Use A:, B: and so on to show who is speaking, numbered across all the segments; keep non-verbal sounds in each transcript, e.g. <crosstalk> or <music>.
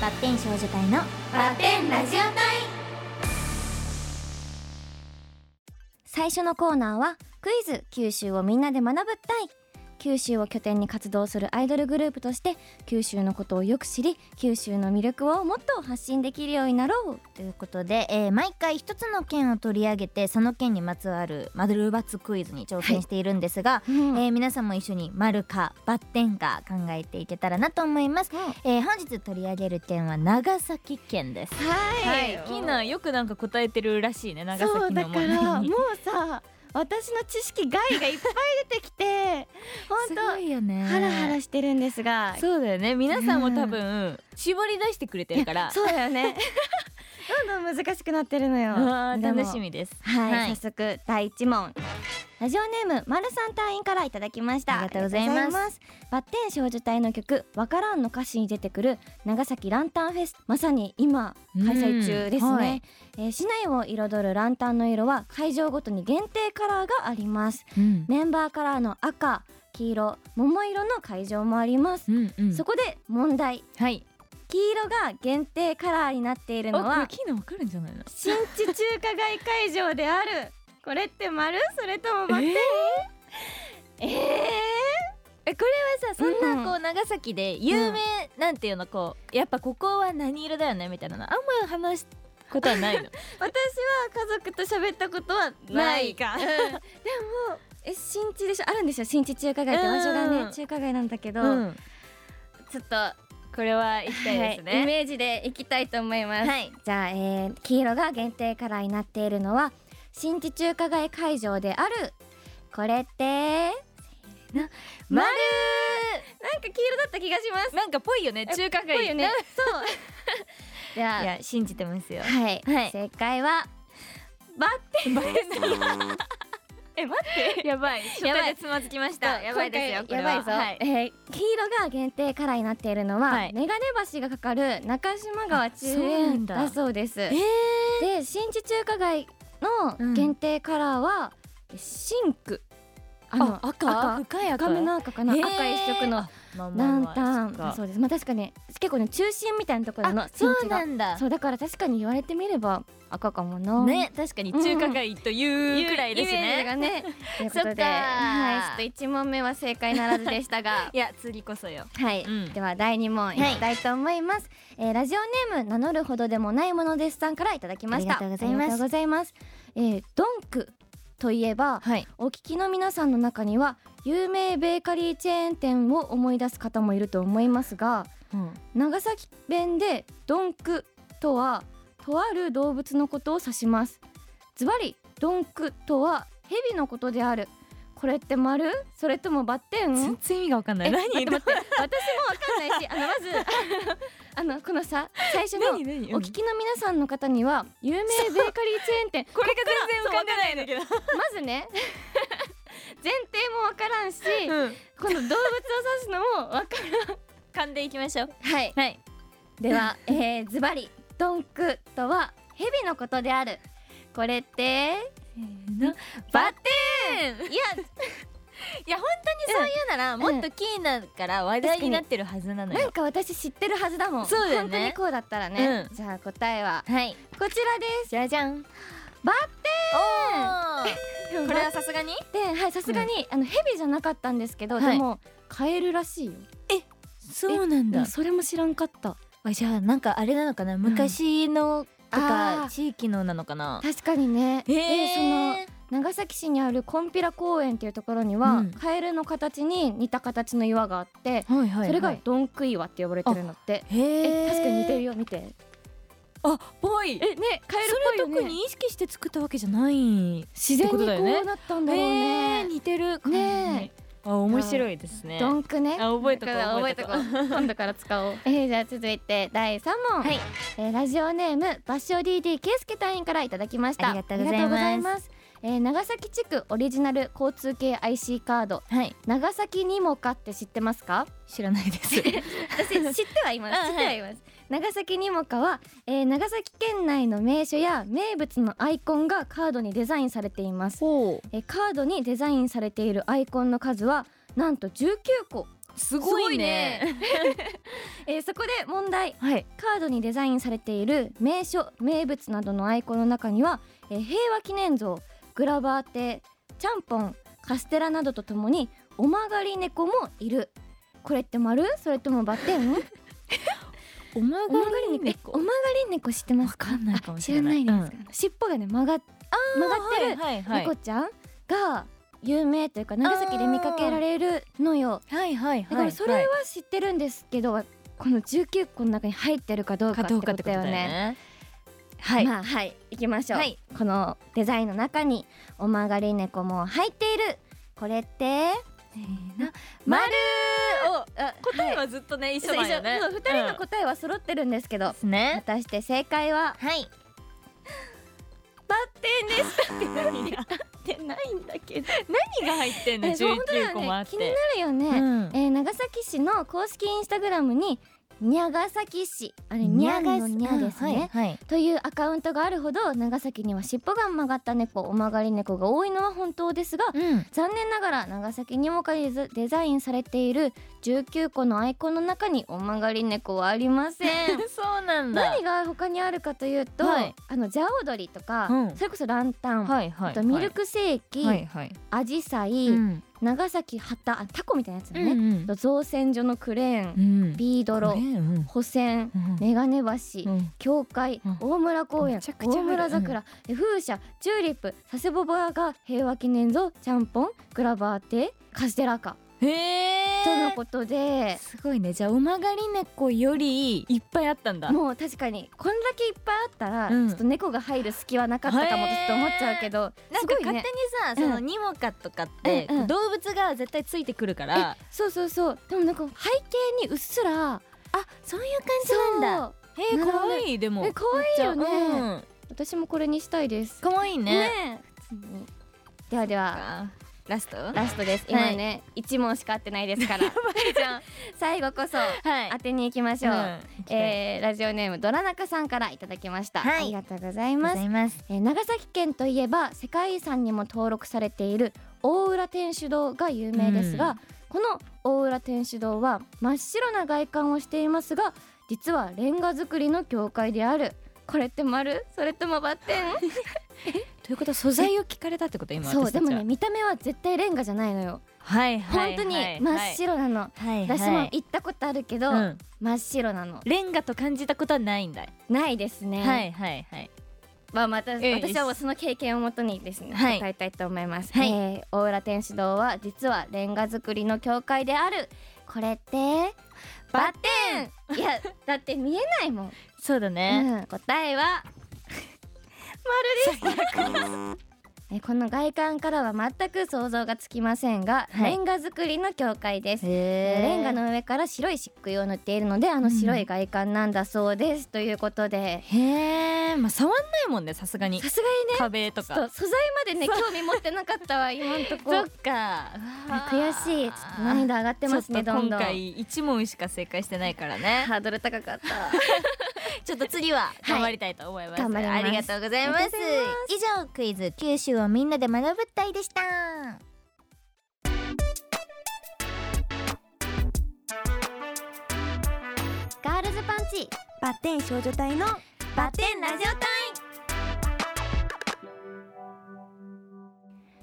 A: バッテン少女隊の
B: バッテンラジオ隊
A: 最初のコーナーはクイズ九州をみんなで学ぶ隊九州を拠点に活動するアイドルグループとして九州のことをよく知り九州の魅力をもっと発信できるようになろう
C: ということで、えー毎回一つの県を取り上げてその県にまつわるマドルバツクイズに挑戦しているんですが、
A: え
C: えー皆さんも一緒に「丸か「バッテンか」考えていけたらなと思います、えー本日取り上げる県は長崎県です
B: はい
D: きなよくなんか答えてるらしいね長
B: そう
D: 崎
B: だ
D: の
B: か
D: 問
B: ら
D: 題
B: もう
D: に
B: さ私の知識外がいっぱい出てきて
D: す
B: 本
D: ごいよね
B: 当ハラハラしてるんですが
D: そうだよね皆さんも多分絞り出してくれてるから
B: そうだよねどんどん難しくなってるのよ
D: あー
B: でも
D: 楽しみです
B: はい、
C: はい
B: 早速第一問ラジオネームまるさん隊員からいただきました
C: ありがとうございます
B: ありがとうご
A: バッテン少女隊の曲「わからん」の歌詞に出てくる長崎ランタンフェスまさに今開催中ですね、
D: うんはい
A: えー市内を彩るランタンの色は会場ごとに限定カラーがあります
D: うん
A: メンバーカラーの赤黄色桃色の会場もあります、
D: うんうん
A: そこで問題
D: はい
A: 黄色が限定カラーになっている
D: お
A: の
D: これ
A: は
D: キーナわかるんじゃないの
B: 新地中華街会場であるこれって丸それともバッテンえー、
D: えこれはさそん
A: うん
D: なこう長崎で有名なんていうのこうやっぱここは何色だよねみたいなのあんま話すことはないの
B: 私は家族と喋ったことはな
D: <laughs> ないいか
A: え新地でしょあるんですよ新地中華街って場所がね、
D: うん
A: 中華街なんだけど、
D: うん
B: ちょっと、は
D: これは行きたいです
B: い、イ
D: ね
B: メージでいきたいと思います、
D: はい
A: じゃあ、えー黄色が限定カラーになっているのは新地中華街会場であるこれって
D: 丸
B: なんか黄色だった気がします
D: なんかぽいよね中華
B: ぽい
D: 街
B: よねそう
D: <laughs>
B: じ
D: い
B: ゃあ
D: や信じてますよ
A: はい、
D: はい
A: 正解は
B: バッテン
D: え待ってやばいや
B: やば
D: ば
B: い
D: いつまずきましたやばいですよ
B: 今
D: これ
B: 回や
D: は
B: ばいぞ、
D: はい
B: えー
A: 黄色が限定カラーになっているのは、
D: はい
A: メガネ橋がかかる中島川中
D: あそうな
A: 園
D: んだ
A: だそうです
D: えー
A: で新地中華街の限定カラーは、シンクあの
D: あ赤
A: 赤
D: 深い
A: 赤
D: 赤
A: めの赤かな、
D: えー
A: 赤一色の
D: まあまあ
A: ラ
D: ま
A: ン
D: あ
A: タン、
D: そっか
A: そうですまあ確かに結構ね中心みたいなところの
D: あそ
A: 新
D: う
A: 地が
D: なんだ
A: そうだから確かに言われてみれば赤かもな
D: ね確かに中華街というくらいです
B: イメージ
D: ね
B: がね
A: <laughs> ということ
D: そっ
A: で
D: か
B: はいちょっと一問目は正解ならずでし
D: <laughs>
B: たが
D: いや次こそよ
A: はい、
D: うん
A: では第二問いきたいと思います、えーラジオネーム名乗るほどでもないものですさんからいただきまし
C: あ
A: た
C: りがとうございます
A: ありがとうございますえードンクといえば
D: はい
A: お聞きの皆さんの中には有名ベーカリーチェーン店を思い出す方もいると思いますが長崎弁でドンクとはとある動物のことを指しますズバリドンクとはヘビのことであるこれって丸それともバッテン
D: 全然意味がわかんない何
B: 待って待って
A: <laughs>
B: 私もわかんないしあのまず
A: あのこのさ最初の
D: 何何
A: お聞きの皆さんの方には有名ベーカリーチェーン店 <laughs>
D: これが全然浮かんでないんだけど
B: まずね前提もわからんし、
D: うん
B: この動物を指すのもわか
D: 噛んでいきましょう
A: はい
D: はい
A: では、えー、ズバリドンクとはヘビのことであるこれって
D: バッテンいや <laughs> いや本当にそう言うなら、
A: ん
D: もっとキーナから話題になってるはずなの
A: な
D: よ
A: んか私知ってるはずだもん
D: そうだよね
A: 本当にこうだったらね、
D: う
A: じゃあ答えは
D: はい
A: こちらです
D: じゃじゃん
A: バ
D: ッテンこれはさすがに
A: ではいさすがに、あのヘビじゃなかったんですけど、
D: はい
A: でもカエルらしいよ
D: そうなん
A: うんそれも知らんかった
D: あじゃあなんかあれなのかな昔のと
A: あー
D: か地域のなのかな
A: 確かにね、
D: へ
A: でその
D: え
A: 長崎市にあるコンピラ公園っていうところには、
D: うん
A: カエルの形に似た形の岩があって、
D: そのはいは
A: それがドンク岩って呼ばれてるんだって。
D: へえ
A: え確かに似てるよ見て
D: あぽい
A: えねカエルっぽい
D: そ
A: よ
D: れ特
A: ね
D: に意識して作ったわけじゃない
A: 自然に
D: ってことだよ
A: こ
D: ね
A: うなったんだろう
D: え
A: ね
D: 似てる感じ
A: ね
D: あ面白いですね
A: ドンクね
D: あ覚えとこう
B: 覚
D: 覚
B: え
D: え
B: と
D: と
B: こ
D: こ
B: う
D: う
B: 今度から使おう
A: <laughs> えー、じゃあ続いて第三問、
D: はい
A: えーラジオネームバッショ DD ケイスケ隊員からいただきました
C: ありがとうございます
A: ありがとうございますえー長崎地区オリジナル交通系 IC カード
D: はい
A: 長崎にもかって知ってますか
D: 知らないです
B: 私知っては
A: <laughs>
B: いま
D: う
B: す
D: ん
B: 知ってはいます、
A: 長崎にもかは、えー長崎県内の名所や名物のアイコンがカードにデザインされています、
D: ほう
A: えーカードにデザインされているアイコンの数はなんと19個
D: すごいね。
A: えーそこで問題
D: はい。
A: カードにデザインされている名所名物などのアイコンの中には、えー平和記念像グラバー亭ちゃんぽんカステラなどとともにおまがり猫もいるこれって丸それともバッテン
D: おま
A: おまがり猫えおまがり猫知ってま
D: わ
A: すか
D: かんないかもし
A: 知
D: れ
A: ら
D: な。
A: ないいですか、尻尾がね曲がっ曲がってる
D: はいはい
A: 猫ちゃんが有名というか長崎で見かけられるのよ
D: はいはい
A: だからそれは知ってるんですけど、この19個の中に入ってるかどうかってことだよね。
D: はい。
A: まあはい行きましょう、
D: はい
A: このデザインの中におまがり猫も入っているこれって
D: 丸を
A: あ
D: 答えはずっとね一緒だよね。
A: そうそう2人の答えは揃ってるんですけど、
C: すね
A: 果たして正解は
C: はい
A: バッテンです
D: 何が
B: てないんだけど
D: 何が入ってんの
A: えそう本当だよね
D: 19個もあっ
A: 気に
D: て。
A: あるよね、
D: うん
A: えー長崎市の公式インスタグラムに「にゃがさき市」あれ「にゃがのにゃですね、
C: はいはい
A: というアカウントがあるほど長崎には尻尾が曲がった猫お曲がり猫が多いのは本当ですが
C: うん
A: 残念ながら長崎にもかりずデザインされている19個のアイコンの中にお曲がり猫はありま
D: <laughs>
A: せん
D: <laughs> そうなんだ。
A: 何が他にあるかというと、
D: はい
A: あのジャオドリとか、
D: うん
A: それこそランタン、
D: はいは
A: あとミルクセーキ、
D: はいはい。
A: アジサイ、
D: うん
A: 長崎旗あタコみたいなやつだ
D: う
A: ね、
D: ん
A: あと造船所のクレーン、
D: うん。
A: ビードロ、
D: ねうん
A: 保線
D: うん
A: メガネ橋、
D: うん
A: 教会、
D: うん
A: 大村公園
D: めちゃくちゃある
A: 大村桜、え風車チューリップ佐世保バーガー平和記念像ちゃんぽんグラバー亭カステラか、
D: へえ。
A: とのことです
D: ごいね。じゃあおまがり猫よりいっぱいあったんだ。
A: もう確かにこんだけいっぱいあったら、
D: うん
A: ちょっと猫が入る隙はなかったかもちょっと思っちゃうけど、
D: なん
A: す
D: か
A: ごい
D: 勝手
A: ね
D: にさ、
A: うん
D: そのニモカとかって、
A: うんうん
D: 動物が絶対ついてくるから、
A: そうそうそうでもなんか背景にうっすらあ
C: そういう感じなんだ
A: だ
D: えー、
A: なるほど
D: 可
A: ね
D: 愛いでも
A: え可愛いよね
D: うん
A: 私もこれにしたいです
D: 可愛いね
A: ねえではでは
D: あラストは
A: ラストです今ね、一問しか合ってないですから <laughs> 最後こそ
D: い
A: 当てに行きましょう、えーラジオネームドラナカさんからいただきました、
C: はい
A: ありがとうござい
C: ご
A: ま
C: ざ
A: す、
C: います
A: えー長崎県といえば世界遺産にも登録されている大浦天主堂が有名ですが、
D: うん
A: この大浦天主堂は真っ白な外観をしていますが実はレンガ造りの教会であるこれって丸それともバッ <laughs> テ
D: ということは素材を聞かれたってこと
A: ン
D: 今
A: そう
D: 私た
A: で
D: ち
A: も
D: は
A: ね見た目は絶対レンガじゃないのよ、
D: はいはい
A: 本当に
D: はい
A: 真っ白なの、
C: はい
A: 私も行ったことあるけど、
D: はいうん
A: 真っ白なの
D: レンガと感じたことはないんだ、
A: ないですね、
D: はいはいはい
A: まあまた
D: ええ
A: 私はもうその経験をもとにですね、
D: はい
A: 伝えたいと思います、
D: はい
A: えー大浦天主堂は実はレンガ造りの教会であるこれってバッテンいやだって見えない
D: <laughs>
A: もん、
D: そうだね、
A: うん答え
D: <laughs>
A: は丸 <laughs> ですえーこの外観からは全く想像がつきませんが、
D: はい
A: レンガ造りの教会です
D: へ
A: レンガの上から白い漆喰を塗っているのであの白い外観なんだそうです、ということで
D: へえまあ触んないもんねさすがに
A: さすがにね
D: 壁と
A: ちょ
D: か
A: っと素材までね興味持ってなかったわ今んとこ
D: そっか
A: 悔しいちょっと難易度上がってますね
D: ち
A: ど
D: ょっと
A: んど
D: 今
A: んハ
D: 回一問しか正解してないから
A: <laughs>
D: ね
A: ードル高かった
D: ちょっと次は頑張りたいと思います、
A: 頑張ります
D: ありがとうございます
C: 以上クイズ九州をみんなで学ぶ隊でした
A: ガールズパンチ
B: バッテン少女隊の
C: バッテンラジオ隊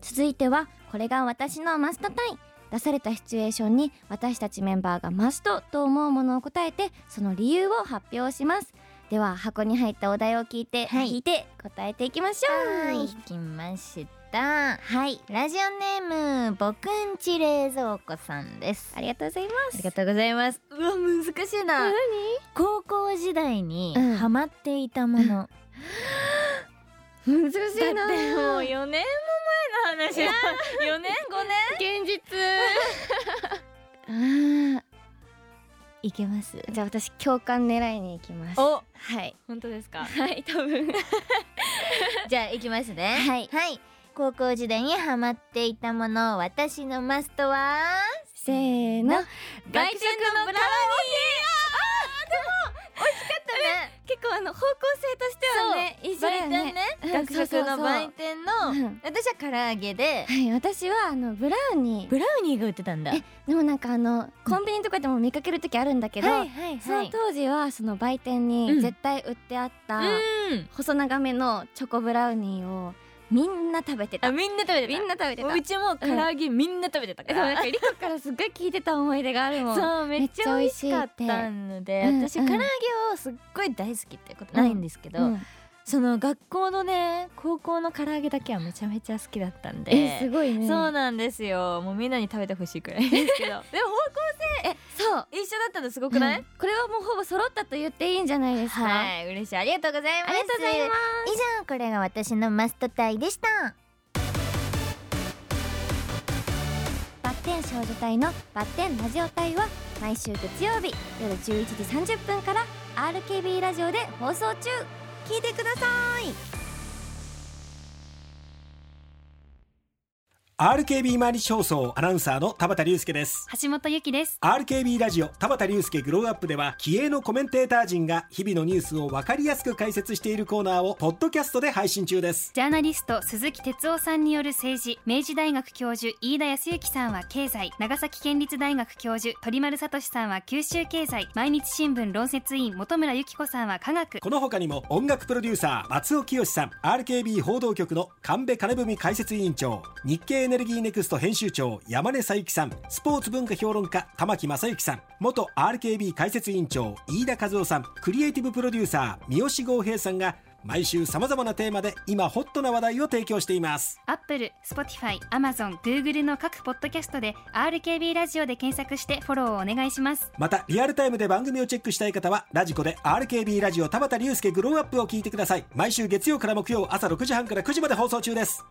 A: 続いてはこれが私のマストタイ出されたシチュエーションに私たちメンバーがマストと思うものを答えてその理由を発表しますでは箱に入ったお題を聞いて、
C: はい
A: 聞いて答えていきましょ
C: は
A: う
C: い聞きました
A: はい
C: ラジオネームぼくんち冷蔵庫さんです
A: ありがとうございま
D: ありがとうございますうわ難しいな
C: 高校時代に
A: うん
C: ハマっていたもの、
A: す難し
D: だってもう4年も前の話だ4年5
A: 現実 <laughs> あ
C: いけます
A: ーじゃあ私共感狙いに行きます
D: 年お
A: はい
D: 本当ですか
A: はい多分
C: じゃあいきますね
A: はい
C: 高校時代にハマっていたもの私のマストは
A: <laughs> せーの
D: <laughs> 外食のブラウニーあーでも惜しかったね
B: 結構あの方向性としてはね一緒だよ
D: 売店
B: ね
D: ね
A: うん
D: 学
A: そうそ
D: 食
A: うそう
D: の売店の
A: うん
D: 私は唐揚げで
A: はい私はあのブラウニー
D: ブラウニーが売ってたんだ
A: えでもなんかあのコンビニとかでも見かける時あるんだけど、
D: はいはい
A: そ
D: は
A: の
D: い
A: 当時はその売店
D: う
A: に
D: ん
A: 絶対売ってあった
D: うん
A: 細長めのチョコブラウニーをみんな食べてた
D: あみんな食べてた
A: みんな食べてた
D: うちも唐揚げみんな食べてたか
A: でもなん
D: ら
A: かリコからすっごい聞いてた思い出があるもん
D: そうめっちゃ美味しかったので
A: めっちゃ美味しいってう
D: 私
A: ん
D: 唐
A: うん
D: 揚げをすっごい大好きってことないんですけど、
A: うん
D: その学校のね高校の唐揚げだけはめちゃめちゃ好きだったんで
A: えすごいね
D: そうなんですよもうみんなに食べてほしいくらいです
A: <laughs>
D: けどでも方向
A: そう
D: 一緒だったのすごくない、
A: うんこれはもうほぼ揃ったと言っていいんじゃないですか、
D: はい嬉しいありがとうございます
C: ありがとうございます以上これが私のマストタイでした
A: バッテン少女隊のバッテンラジオ隊は毎週月曜日夜11時30分から RKB ラジオで放送中聞いてください
E: RKB 毎日放送アナウンサーの田畑隆介です
B: 橋本ゆきです
E: RKB ラジオ田畑隆介グローアップでは気鋭のコメンテーター陣が日々のニュースを分かりやすく解説しているコーナーをポッドキャストで配信中です
B: ジャーナリスト鈴木哲夫さんによる政治明治大学教授飯田康之さんは経済長崎県立大学教授鳥丸聡さんは九州経済毎日新聞論説委員本村由紀子さんは科学
E: この他にも音楽プロデューサー松尾清さん RKB 報道局の神戸金文解説委員長日経エネルギーネクスト編集長山根佐伯さんスポーツ文化評論家玉木正之さん元 RKB 解説委員長飯田和夫さんクリエイティブプロデューサー三好剛平さんが毎週さまざまなテーマで今ホットな話題を提供しています
B: アップル Spotify、Amazon、Google の各ポッドキャストで RKB ラジオで検索してフォローをお願いします
E: またリアルタイムで番組をチェックしたい方はラジコで RKB ラジオ田畑隆介グローアップを聞いてください毎週月曜から木曜朝6時半から9時まで放送中です